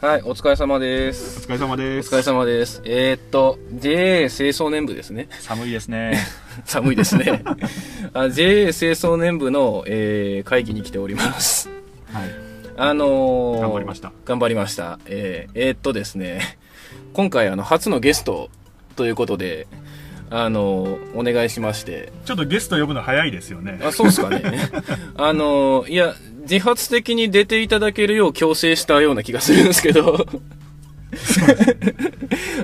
はい、お疲れ様でおす。疲れ様でおす。疲れ様です。えー、っと、JA 清掃年部ですね。 寒いですね。寒いですね。 あ JA 清掃年部の、えー会議に来ており ます。はい。あのー頑張りました。頑張りました。えー、えーっとですね、今回あの、初のゲストということで、あのーお願いしまして、ちょっとゲスト呼ぶの早いですよね。あ、そうっすか ね。あの、いや、自発的に出ていただけるよう強制したような気がするんですけど。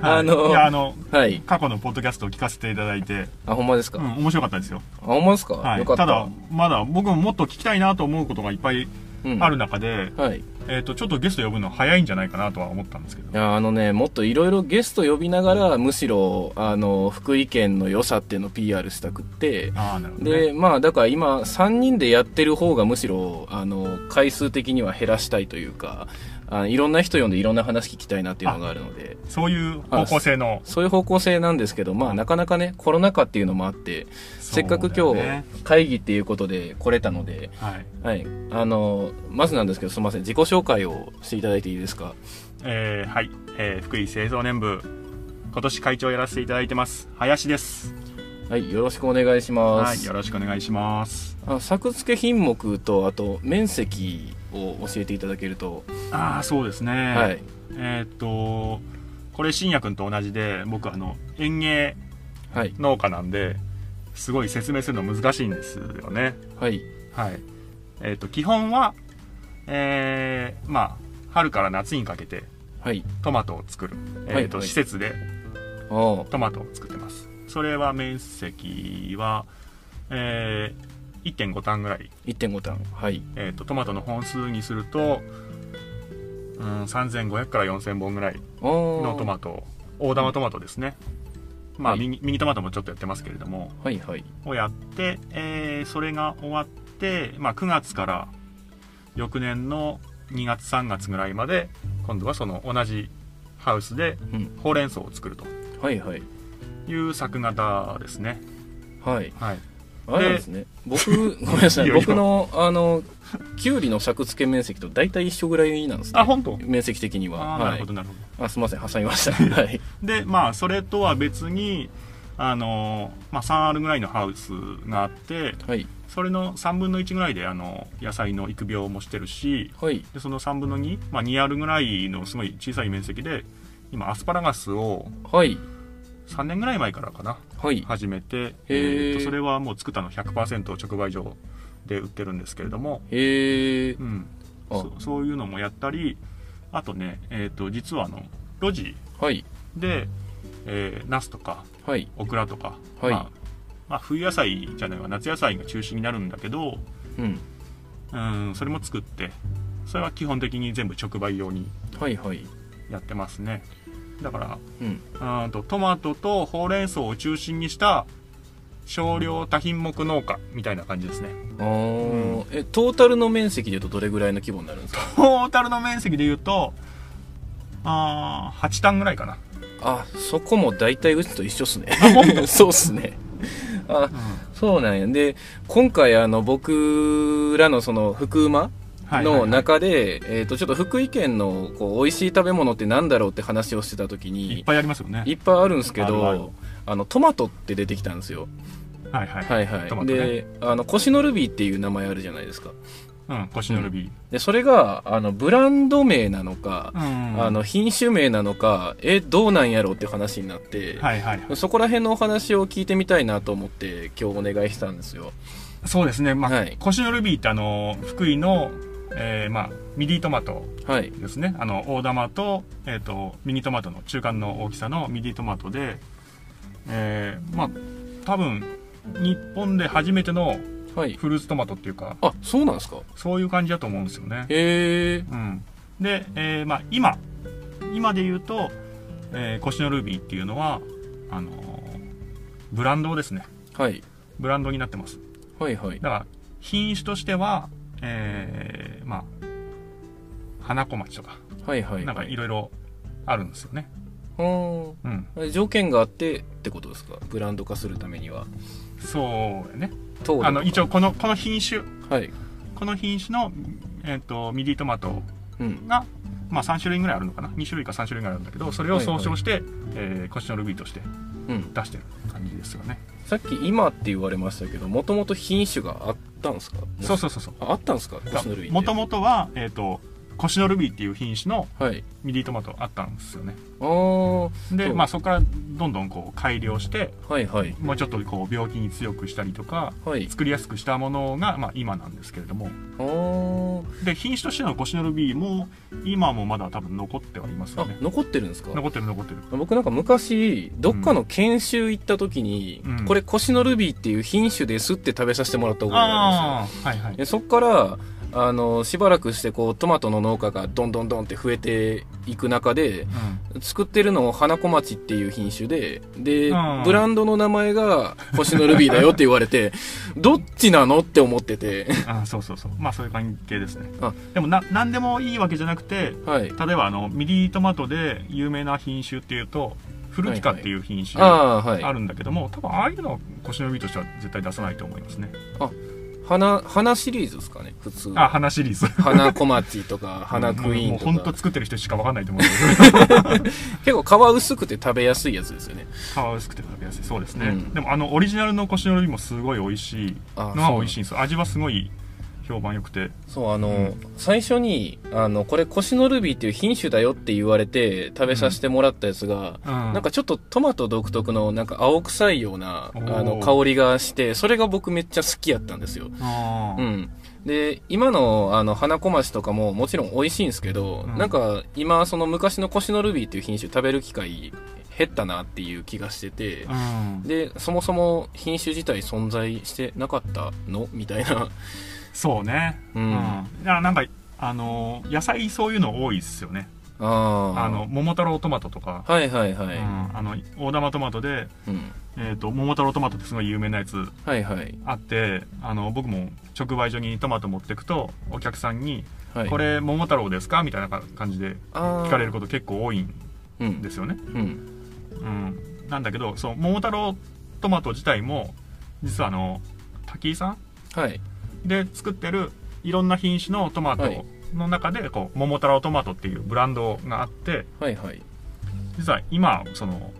あはいのいや、あの、はい。過去のポッドキャストを聞かせていただいて、あ、ほんまですか。うあ、ん、面白かったですよ。ほんまですか、はよい。かったた。だ、まだ僕ももっと聞きたいなと思うことがいっぱいうんある中で、はい。いえっと、ちょっとゲスト呼ぶの早いんじゃないかなとは思ったんですけど。や、あのね、もっといろいろゲスト呼びながら、むしろ、あの、福井県の良さっていうのを PR したくって、ああ、なるほどね。で、まあ、だから今、3人でやってる方がむしろ、あの、回数的には減らしたいというか、あいろんな人呼んでいろんな話聞きたいなっていうのがあるので。そういう方向性の。そういう方向性なんですけど、まあなかなかね、コロナ禍っていうのもあって、せっかくそ今うだよね日会議っていうことで来れたので、はい。はい。あの、まずなんですけど、すみません、自己紹介をしていただいていいですか。えーはい、えー福井製造年部、今年会長やらせていただいてます。林です。はい、よろしくお願いしまはい、す。よろしくお願いします。あ作付品目と、あと、面積を教えていただけると、ああ、そうですね。はい。えーっとこれ信也君と同じで僕あの園芸はい。農家なんですごい説明するの難しいんですよねはい。はいえーっと基本はえーまあ春から夏にかけてはい。トマトを作る、えーっとはいはい施設でああ、トマトを作ってますそれは面積はえー1.5単ぐらい、 1.5単。はい。えーっとトマトの本数にすると、うん、3500から4000本ぐらいああ。ののトマト大玉トマトですね、まあ、はいミニミニトマトもちょっとやってますけれどもはいはい。をやって、えーそれが終わって、まあ、9月から翌年の2月3月ぐらいまで今度はその同じハウスでうん。ほうれん草を作るとはいはい。いう作型ですねはい。はいあれなんですね。僕、ごめんなさい。 いいよいいよ僕の、あの、キュウリの作付け面積と大体一緒ぐらいなんですね。あ本当面積的には。あーなはるいほ。どなるほあ、すみません。挟みました。 はい。どでまあそれとは別にあのーまあ、3R ぐらいのハウスがあってはい。それの3分の1ぐらいであの野菜の育苗もしてるしはい。でその3分の2、まあ、2あるぐらいのすごい小さい面積で今アスパラガスをはい。 3年ぐらい前からかなはい。始めて、へーえーとそれはもう作ったの100%直売所で売ってるんですけれども、へえう。ん、あそそういうのもやったりあとね、えー、と実はあの路地はい。で、えーナスとかはい。オクラとか、はいまあまあ、冬野菜じゃないわ夏野菜が中心になるんだけどうん。うんそれも作ってそれは基本的に全部直売用にはいはい。やってますねだからうん。うーんとトマトとほうれん草を中心にした少量多品目農家みたいな感じですねあーえ、トータルの面積でいうとどれぐらいの規模になるんですかトータルの面積でいうとあー8単ぐらいかな、あ、そこも大体うちと一緒っすね。あほん そうっすね。あ、そうなんや。で、今回あの、僕らのその、福馬はいはいのはい中で、えっと、ちょっと福井県の、こう、美味しい食べ物ってなんだろうって話をしてた時いっに、ぱいありますよねいっぱいあるんですけあるあるど、あの、トマトって出てきたんですよ。はいはいはいはい。トマトねで、あの、コシノルビーっていう名前あるじゃないですか。うん腰のルビー、で、それが、あの、ブランド名なのか、うんあの、品種名なのか、え、どうなんやろうって話になって、はいはいはいそこら辺のお話を聞いてみたいなと思って、今日お願いしたんですよ。そうですね、まあはい腰のルビーってあの福井の、えーまあ、ミディトマトはい。ですねあの大玉と,、えー、とミニトマトの中間の大きさのミディトマトで、えーまあ多分日本で初めてのはい。フルーツトマトっていうかあ、そうなんですかそういう感じだと思うんですよね、へえ。うん、で、えーまあ、今今で言うと、えー、コシノルビーっていうのはあのーブランドですねはい。ブランドになってますはいはい。だから品種としてはえーまあ花小町とかはいはい。なんかいろいろあるんですよね、うんうん、条件があってってことですかブランド化するためには。そうね糖度あの一応このこの品種はい。この品種の、えっとミディトマトうん。が、まあ、3種類ぐらいあるのかな2種類か3種類ぐらいあるんだけどそれを総称して、えー、腰のルビーとしてうん、出してる感じですよねさっき今って言われましたけどもともと品種があったんですかそううそうそうそうああったんですかコシノルビーってもともとは、えー、と腰のルビーっていう品種のはいミディトマトあったんですよねああはでそうまあそこからどんどんこう改良していはいもうちょっとこう病気に強くしたりとかはい作りやすくしたものが、まあ、今なんですけれどもあーで品種としてのコシノルビーも今もまだ多分残ってはいますよあね残ってるんですか残ってる残ってる僕なんか昔どっかの研修行った時に、うんこれコシノルビーっていう品種ですって食べさせてもらったことがあるんですよああはいはいでそっからあのしばらくしてこうトマトの農家がどんどんどんって増えていく中で作ってるのを花小町っていう品種でで、うんブランドの名前が星のルビーだよって言われ てどっちなのって思っててあそうそうそうまあそういう関係ですねあでもな何でもいいわけじゃなくてはい例えばあのミディトマトで有名な品種っていうとフルティカっていう品種がああーあはいるんだけども、多分ああいうのはコシノルビーとしては絶対出さないと思いますね花花シリーズですかね普通あ花シリーズ花小町とか花クイーンもうもうと本か当作ってる人しかわかんないと思うんですけど結構皮薄くて食べやすいやつですよね皮薄くて食べやすいそうですね、うんでもあのオリジナルのコシノルビーもすごい美味しいあのは美味しいんですよ味はすごい評判良くてそうあの、うん最初にあのこれコシノルビーっていう品種だよって言われて食べさせてもらったやつが、ななんかちょっとトマト独特のなんか青臭いようなあおーの香りがしてそれが僕めっちゃ好きやったんですよ、あうーん、で今のあの花小町とかももちろん美味しいんですけど、うんなんか今その昔のコシノルビーっていう品種食べる機会減ったなっていう気がしてて、うんでそもそも品種自体存在してなかったのみたいなそうねう、うんん、ああなんかあの野菜そういうの多いですよねああの桃太郎トマトとか、はいはいはい、うん、あの大玉トマトで、うんえー、と桃太郎トマトってすごい有名なやつはいはいあってあの僕も直売所にトマト持ってくとお客さんには「いこれ桃太郎ですか?」みたいな感じで聞聞かれること結構多いんとうんですよね、うんうん、なんだけどそう桃太郎トマト自体も実はあの滝井さはいんで作ってるいろんな品種のトマはいトの中でこう桃太郎トマトっていうブランドがあってはいはい実は今その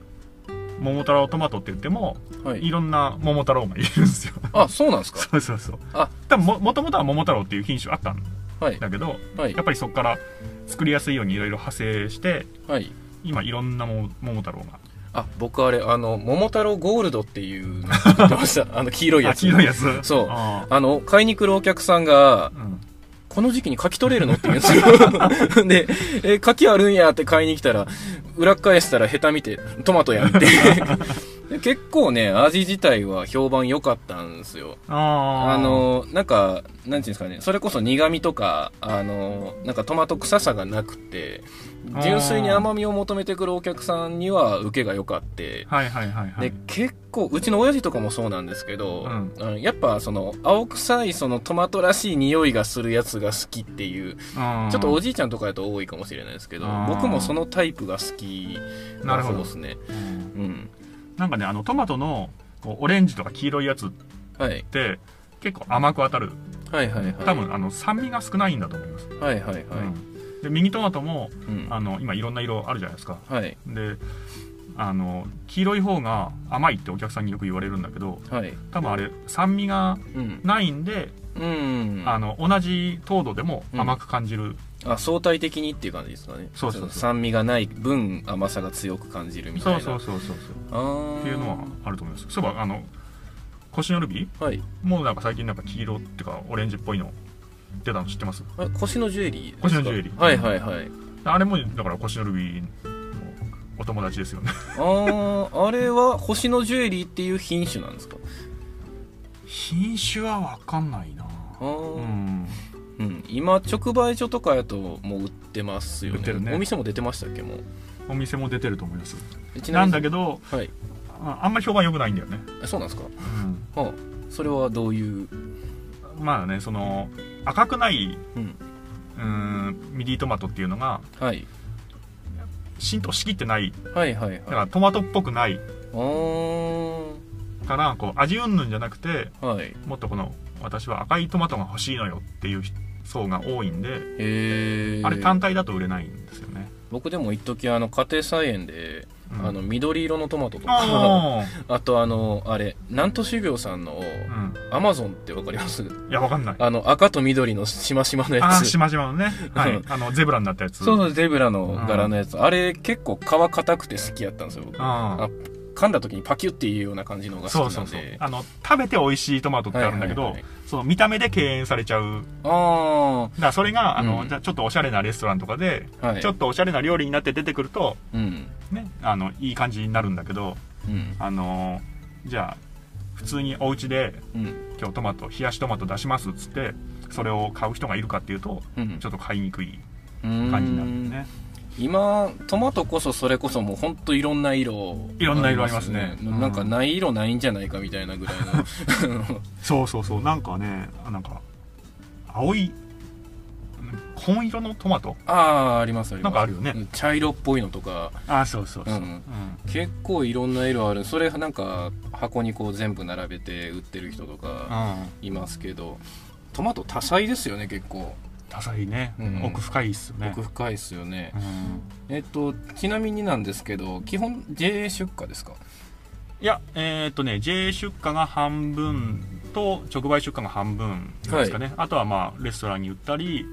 桃太郎トマトって言ってもはいいろんな桃太郎がいるんですよ あそうなんですかそうそうそうあ多分ももともとは桃太郎っていう品種あったんはいだけどはいやっぱりそこから作りやすいようにいろいろ派生してはい今いろんなも桃太郎があ僕あれあの「桃太郎ゴールド」っていう の作ってましたあの黄色いやあつ黄色いやつそうああの買いに来るお客さんがーうん「この時期に柿取れるの?」って言うんです よで「え柿あるんや」って買いに来たら裏返したらヘタ見て「トマトや」 ってで結構ね味自体は評判良かったんですよあーあのなんかなんていうんですかねそれこそ苦味とかあのなんかトマト臭さがなくてあー純粋に甘みを求めてくるお客さんには受けが良かって、はいはいはいはいで結構うちの親父とかもそうなんですけど、うんあのやっぱその青臭いそのトマトらしい匂いがするやつが好きっていううんちょっとおじいちゃんとかだと多いかもしれないですけどあー僕もそのタイプが好きなるほどそうですねうんうんなんかねあのトマトのこうオレンジとか黄色いやつっはいて結構甘く当たるはいはいはい多分あの酸味が少ないんだと思います、はいはいはい、うんでミニトマトもうんあの今いろんな色あるじゃないですかはいであの黄色い方が甘いってお客さんによく言われるんだけどはい多分あれ酸味がうんないんで、うんあの同じ糖度でも甘く感じる、あ相対的にっていう感じですかねそうそうそうの酸味がない分甘さが強く感じるみたいそなうそうそうそうそうあーっていうのはあると思いますそういえばあの腰のルビーはいもうなんか最近なんか黄色っていうかオレンジっぽいの出たの知ってますあれ腰のジュエリーですか腰のジュエリーはいはいはいあれもだから腰のルビーのお友達ですよねあーあれは星のジュエリーっていう品種なんですか品種はわかんないなあーうんうん、今直売所とかやともう売ってますよね売ってるねお店も出てましたっけもうお店も出てると思いますえちなんだけけどどはいああんまり評判良くないんだよね、えそうなんですかはあそれはどういうまあねその赤くないうんうんミディトマトっていうのがはい浸透しきってないはいはいはいだからトマトっぽくないあーからこう味うんぬんじゃなくてはいもっとこの私は赤いトマトが欲しいのよっていう層が多いんでへえあれ単体だと売れないんですよね僕でも一時あの家庭菜園で、うんあの緑色のトマトとかあ あとあのあれ南都種苗さんのあうアマゾンってわかります んいやわかんないあの赤と緑のしましまのやああつしましま のね、はういん、あのゼブラになったやつそうそううゼブラの柄のやつ、あれ結構皮硬くて好きやったんですよ僕ああ噛んだ時にパキュっていうような感じのあがそ好うきなんそうでそうあの食べて美味しいトマトってあるんだけど、はいはいはいその見た目で敬遠されちゃうあだからそれがあの、うんじゃあちょっとおしゃれなレストランとかで、あはいちょっとおしゃれな料理になって出てくるとうんねあのいい感じになるんだけどうんあのじゃあ普通にお家でうん今日トマト冷やしトマト出しますっつってそれを買う人がいるかっていうとうんちょっと買いにくい感感じになるんでね今トマトこそそれこそもうほんといろんな色いろんな色ありますねありまなんかない色ないんじゃないかみたいなぐらいのそうそうそうなんかねなんか青い紺色のトマトああありますありなますんかあるよねうん茶色っぽいのとか、あそうそううん結構いろんな色あるそれなんか箱にこう全部並べて売ってる人とかいますけどトマト多彩ですよね結構多彩ね、うん奥深いっすよね奥深いですよねうん、えっとちなみになんですけど基本 JA 出荷ですかいやえーっとね JA 出荷が半分と直売出荷が半分ですかね、あとはまあレストランに売ったり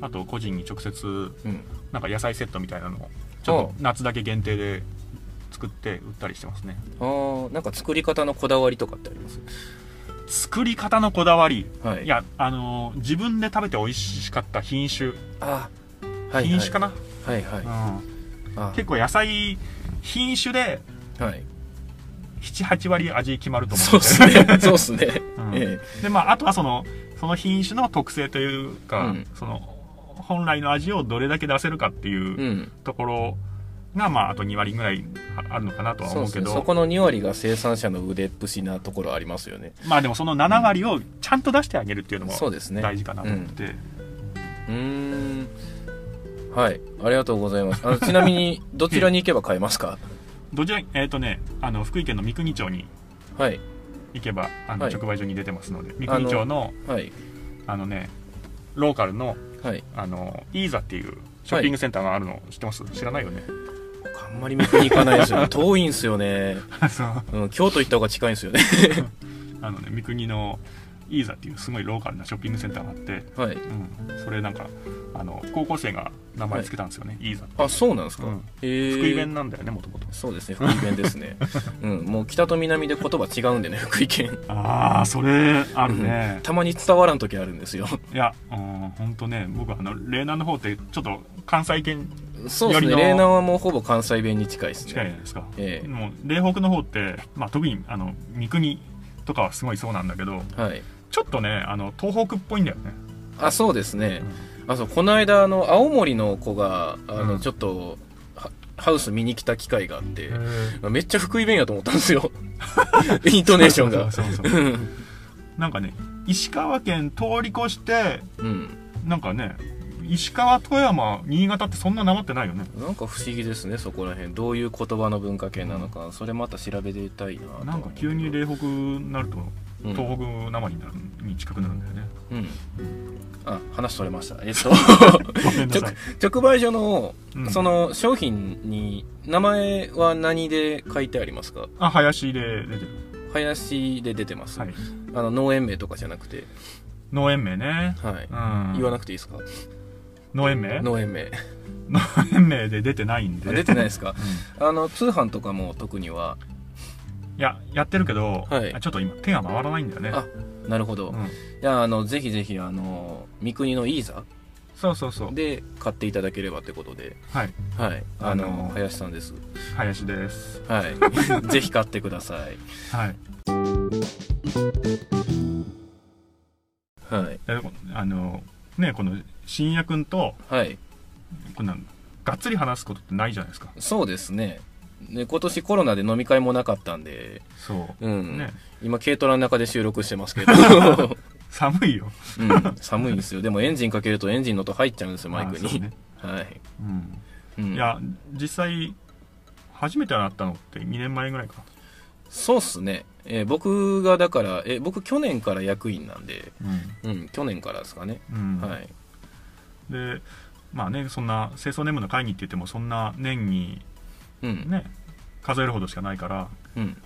あと個人に直接うんなんか野菜セットみたいなのをちょっと夏だけ限定で作って売ったりしてますねあーなんか作り方のこだわりとかってあります作り方のこだわりはいいやあのー自分で食べて美味しかった品種あはい品種かな、はいはいあ結構野菜品種で はい78割味決まると思そううんっですすよねそうっすねうんえでまああとはそのその品種の特性というか、うんその本来の味をどれだけ出せるかってえいううんところが、まああと2割ぐらいああるのかなとはそうで思うすけねどそこの2割が生産者の腕っぷしなところありますよねまあでもその7割をちゃんと出してあげるっていうのもそうですね大事かなと思って、うーんはいありがとうございますあ のちなみにどちらに行けば買えます かどちらえっ、とねあの福井県の三国町にはい行けばあのはい直売所に出てますので、三あの国町のはいあのねローカルのはいあのイーザっていうショッピングセンターがあるの知ってます知らないよね僕あんまり見に行かないですよね 遠いんすよね、 そううん、京都行った方が近いんす よねあのね三国のイーザっていうすごいローカルなショッピングセンターがあって、はいうん、それなんかあの高校生が名前つけたんですよね、イーザってあそうなんですか、うんえー福井弁なんだよねもともとそうですね福井弁です ねうんもう北と南で言葉違うんでね福井県ああそれあるねたまに伝わらん時あるんですよいやうん本当ね僕あの嶺南の方ってちょっと関西圏そうですねよりの嶺南はもうほぼ関西弁に近いですね近いじゃないですか、ええもう嶺北の方って、まあ、特にあの三国とかはすごいそうなんだけどはいちょっとねあの東北っぽいんだよね、あそうですねあそうこの間あの青森の子があの、うんちょっとハハウス見に来た機会があってへ、ーめっちゃ福井弁やと思ったんですよ イントネーションがそうそうそううんなんかね石川県通り越してうんなんかね石川富山新潟ってそんななまってないよねなんか不思議ですねそこら辺どういう言葉の文化圏なのかそれまた調べていたいなとは思うなんか急に嶺北になるとうん東北なまりになるに近くなるんだよ ね、うんあ話取れましたえっ とごめんなさい直売所の、うんその商品に名前は何で書いてありますかあ林で出てる、林で出てます、はい、あの農園名とかじゃなくて、農園名ね、はいうん、言わなくていいですか農園名農農園名園名で 出てないんであ出てないですかうん あの通販とかも特にはいややってるけど、はいあちょっと今手が回らないんだよねあなるほど、うんじゃああのぜひぜひあの三国のイーザそうそうそうで買っていただければってことではいはいあの、あの林さんです林ですはい ぜひ買ってくださいはいはいえあのねこの新也君とはいこんなんがっつり話すことってないじゃないですかそうですねね今年コロナで飲み会もなかったんで、そううんね今軽トラの中で収録してます けど、寒いようん、寒いんですよでもエンジンかけるとエンジンの音入っちゃうんですよマイクあそうに、ねはい、うんうん、いや実際初めて会ったのって2年前ぐらいかそうっすね。えー僕がだから、えー僕去年から役員なんで、うん、去年からですかね。うんうんはい。でまあねそんな清掃年務の会議って言ってもそんな年にうん。ね数えるほどしかないから、うん。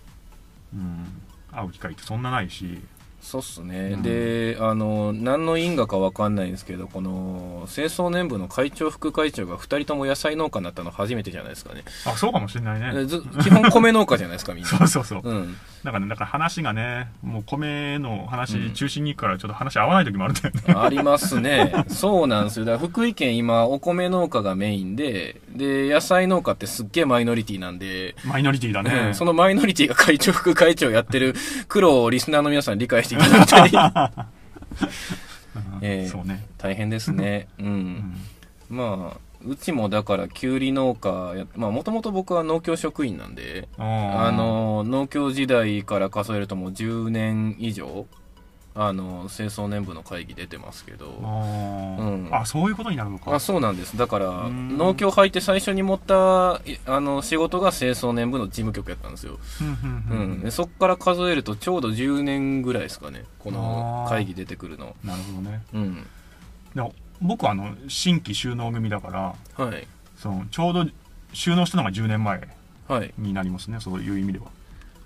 うん、会う機会ってそんなないし、そうっすね、うんであの何の因果かわかんないんですけどこの清掃年部の会長副会長が2人とも野菜農家になったの初めてじゃないですかねあそうかもしれないねず基本米農家じゃないですかみん そなうそうそううんだからねだから話がねもう米のう話ん中心に行くからちょっと話合わない時もあるんだよね、ありますねそうなんですよだから福井県今お米農家がメインでで野菜農家ってすっげえマイノリティなんで、マイノリティだうんねそのマイノリティが会長副会長やって る苦労をリスナーの皆さん理解していただいたりうんええそうね、 大変ですねうんうんまあうちもだからきゅうり農家やまあもともと僕は農協職員なんであの農協時代から数えるともう10年以上あの清掃年部の会議出てますけどあ,、うんあそういうことになるのかあそうなんですだからうん農協入って最初に持ったいあの仕事が清掃年部の事務局やったんですよ、うんううんうんんでそっから数えるとちょうど10年ぐらいですかねこのあー会議出てくるのなるほどねうんでも僕はあの新規収納組だからはいそのちょうど収納したのが10年前はいになりますねそういう意味では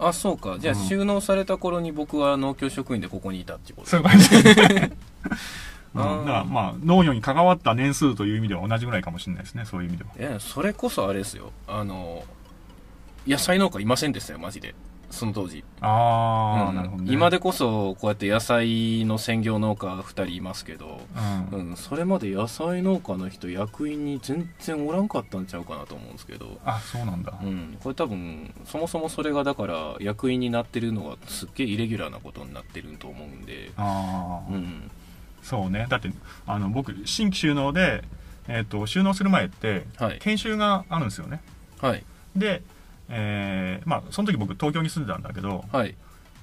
あそうかじゃあうん収納された頃に僕は農協職員でここにいたってことですね そういう感じ、うん、だあーからまあ農業に関わった年数という意味では同じぐらいかもしれないですねそういう意味ではえそれこそあれですよあの野菜農家いませんでしたよマジでその当時ああ、うんなるほど、ね、今でこそこうやって野菜の専業農家2人いますけど、うん、うん、それまで野菜農家の人役員に全然おらんかったんちゃうかなと思うんですけど、あそうなんだ、うん、これ多分そもそもそれがだから役員になってるのがすっげえイレギュラーなことになってると思うんで、ああ、うん、そうねだってあの僕新規収納で、えー、と収納する前ってはい研修があるんですよねはいで、えーまあ、その時僕東京に住んでたんだけどはい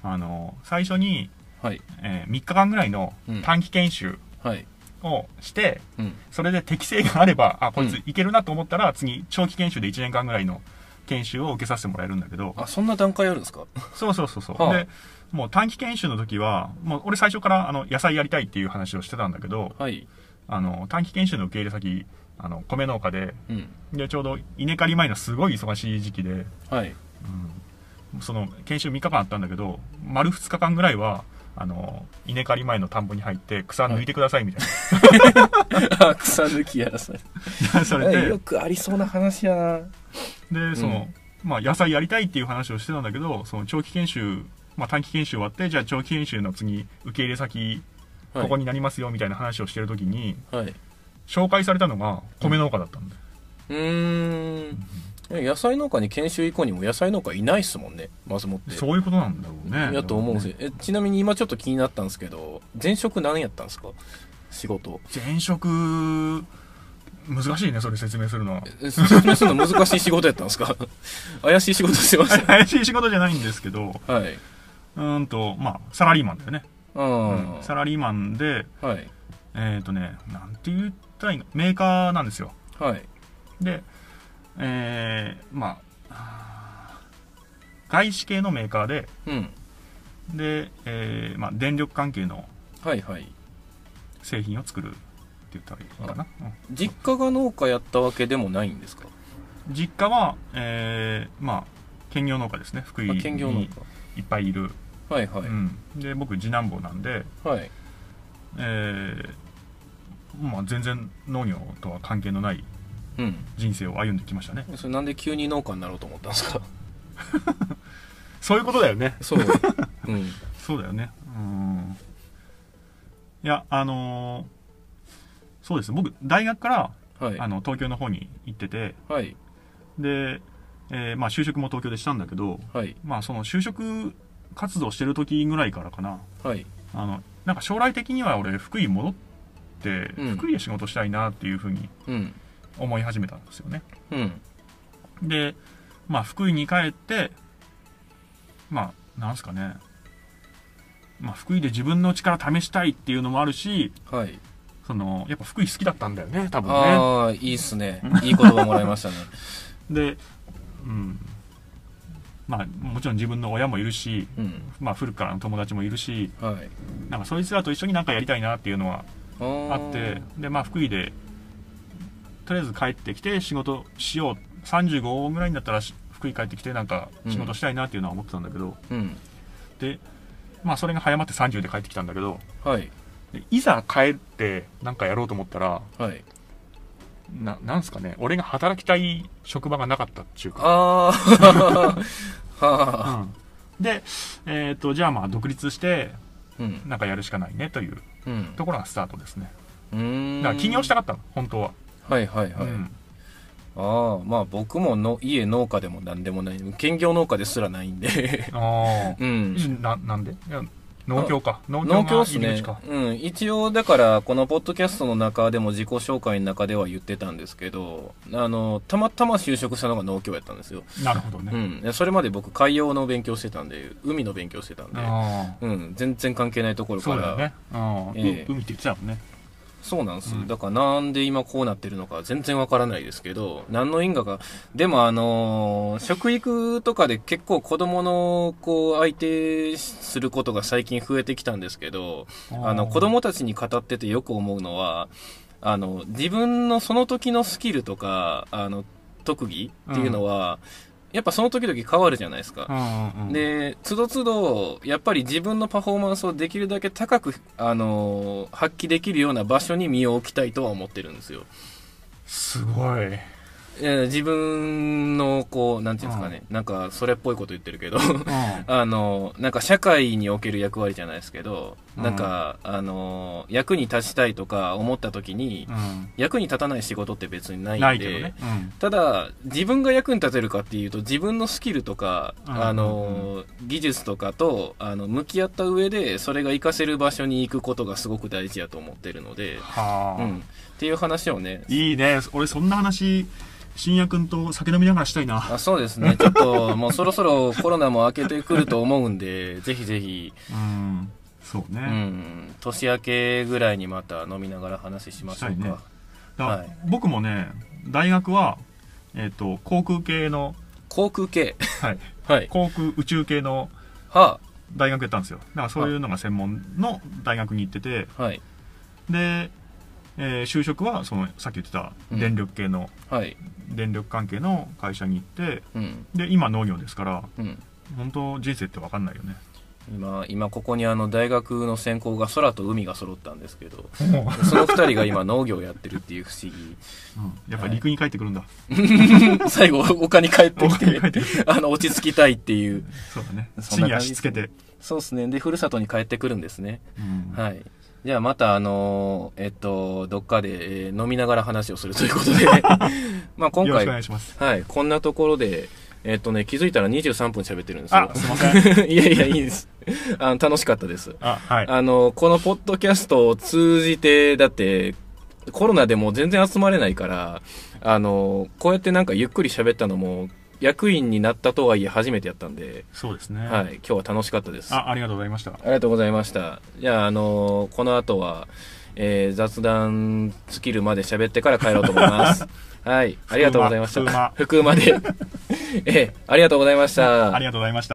あの最初に、はいえ3日間ぐらいのうん短期研修はい、をして、うん、それで適性があればあこいうつんいけるなと思ったら、次長期研修で1年間ぐらいの研修を受けさせてもらえるんだけどあそんな段階あるんですかそうそうそうそう、はあでもう短期研修の時はもう俺最初からあの野菜やりたいっていう話をしてたんだけどはい、あの短期研修の受け入れ先あの米農家でうん、でちょうど稲刈り前のすごい忙しい時期で、はい うん、その研修3日間あったんだけど丸2日間ぐらいはあの稲刈り前の田んぼに入って草抜いてくださいみたいあ草抜きやらされ な、されてよくありそうな話やなでその、まあ、野菜やりたいっていう話をしてたんだけどその長期研修、まあ、短期研修終わってじゃあ長期研修の次受け入れ先ここになりますよみたいな話をしてる時にはい、はい、紹介されたのが米農家だったんだよ、うーん野菜農家に研修以降にも野菜農家いないっすもんねまずもってそういうことなんだろうねやと思うんですよえちなみに今ちょっと気になったんですけど前職何やったんですか仕事前職難しいねそれ説明するのはえ説明するの難しい仕事やったんですか 怪しい仕事してまし怪しい 仕事じゃないんですけどたはいうんーんとまあサラリーマンだよね、うん、うんサラリーマンではいえっ、とねなんて言ったらいいのメーカーなんですよはいでえー、まあ外資系のメーカーでうんで、えーまあ、電力関係のはいはい製品を作るって言ったらいいのかな、うん実家が農家やったわけでもないんですか実家は、えーまあ、兼業農家ですね福井あに兼業農家いっぱいいる、はいはい、うん、で僕次男坊なんで、はいえーまあ、全然農業とは関係のないうん人生を歩んできましたねそれなんで急に農家になろうと思ったんです かそういうことだよねそう、うん、そうだよねうんいやあのーそうです僕大学からはいあの東京の方に行っててはいで、えーまあ、就職も東京でしたんだけど、はいまあ、その就職活動してる時ぐらいからかなはいあのなんか将来的には俺福井戻って、うん福井で仕事したいなっていうふうにうん思い始めたんですよねうんでまあ福井に帰ってまあなんすかねまあ福井で自分の力試したいっていうのもあるしはい、そのやっぱ福井好きだったんだよね多分ねああ いいっすねいい言葉もらいましたねでうんまあ、もちろん自分の親もいるし、うん。まあ、古くからの友達もいるしはい。なんかそいつらと一緒になんかやりたいなっていうのはあーあってで、まあ、福井でとりあえず帰ってきて仕事しよう35ぐらいになったらし福井帰ってきてなんか仕事したいなっていうのは思ってたんだけど、うん。で、まあ、それが早まって30で帰ってきたんだけどはい。でいざ帰ってなんかやろうと思ったらはい。ななんすかね俺が働きたい職場がなかったっていうか、あ ーはあ。うん、で、えー、とじゃあまあ独立してうん。なんかやるしかないねといううん。ところがスタートですねうーんだから起業したかったの本当は、はいはいはい。うんああ、まあ僕もの家農家でも何でもない。兼業農家ですらないん で。あうあ、ん。ななんでいや農協か農協農協がっす入りね口か、。うん。一応、だから、このポッドキャストの中でも自己紹介の中では言ってたんですけど、あの、たまたま就職したのが農協やったんですよ。なるほどうね、ん。それまで僕、海洋の勉強してたんで、海の勉強してたんで、ああうん。全然関係ないところかそら。うだよね、うんええう海って言ってたもんねそうなんです、うんだからなんで今こうなってるのか全然わからないですけど、何の因果か。でもあのー食育とかで結構子供の、こう、相手することが最近増えてきたんですけど、あの、子供たちに語っててよく思うのは、あの、自分のその時のスキルとか、あの、特技っていうのは、やっぱその時々変わるじゃないですか。うんうんうんで、つどつど、やっぱり自分のパフォーマンスをできるだけ高く、あのー発揮できるような場所に身を置きたいとは思ってるんですよ。すごいえー自分の、こう、なんていうんですかね、なんか、それっぽいこと言ってるけど、 うあのーなんか社会における役割じゃないですけど、うんなんか、あのー役に立ちたいとか思った時に、ん役に立たない仕事って別にないんで、ないけどね、うんただ自分が役に立てるかっていうと自分のスキルとか、うんあの技術とかとあの向き合った上でそれが活かせる場所に行くことがすごく大事やと思ってるので、はうあ、ん、っていう話をねいいね俺そんな話信也君と酒飲みながらしたいな、あそうですねちょっともうそろそろコロナも明けてくると思うんでぜひぜひ、うん、そうね、うん、年明けぐらいにまた飲みながら話しましょうしたいねか、だはい僕もね大学は、えっと航空系の、航空系はい、はい航空宇宙系のは大学やったんですよだからそういうのが専門の大学に行っててあはいで、えー就職はそのさっき言ってたうん電力系の、はい電力関係の会社に行ってうんで今農業ですからうん本当人生って分かんないよね今今ここにあの大学の専攻が空と海が揃ったんですけどその二人が今農業やってるっていう不思議 うん、やっぱり陸に帰ってくるんだ、最後丘に帰ってき陸にて帰ってくるあの落ち着きたいっていうそうだねそ地んなに感じ足つけて、そうですねでふるさとに帰ってくるんですねうんはいじゃあまたあのーえっとどっかで、えー飲みながら話をするということ でまあ今よろ回しくお願いしますはいこんなところでえっとね気づいたら23分喋ってるんですよあすいませ んいやいやいいですあの楽しかったですあはいあの、このポッドキャストを通じて、だって、コロナでもう全然集まれないから、あの、こうやってなんかゆっくり喋ったのも、役員になったとはいえ初めてやったんで、そうですね、はい、今日は楽しかったです。ああありがとうございましたりがとうございました。じゃあ、あの、この後は、えー雑談スキルまで喋ってから帰ろうと思い ます。はい、ありがとうございました。福馬 福まで。ええありがとうございました。ありがとうございました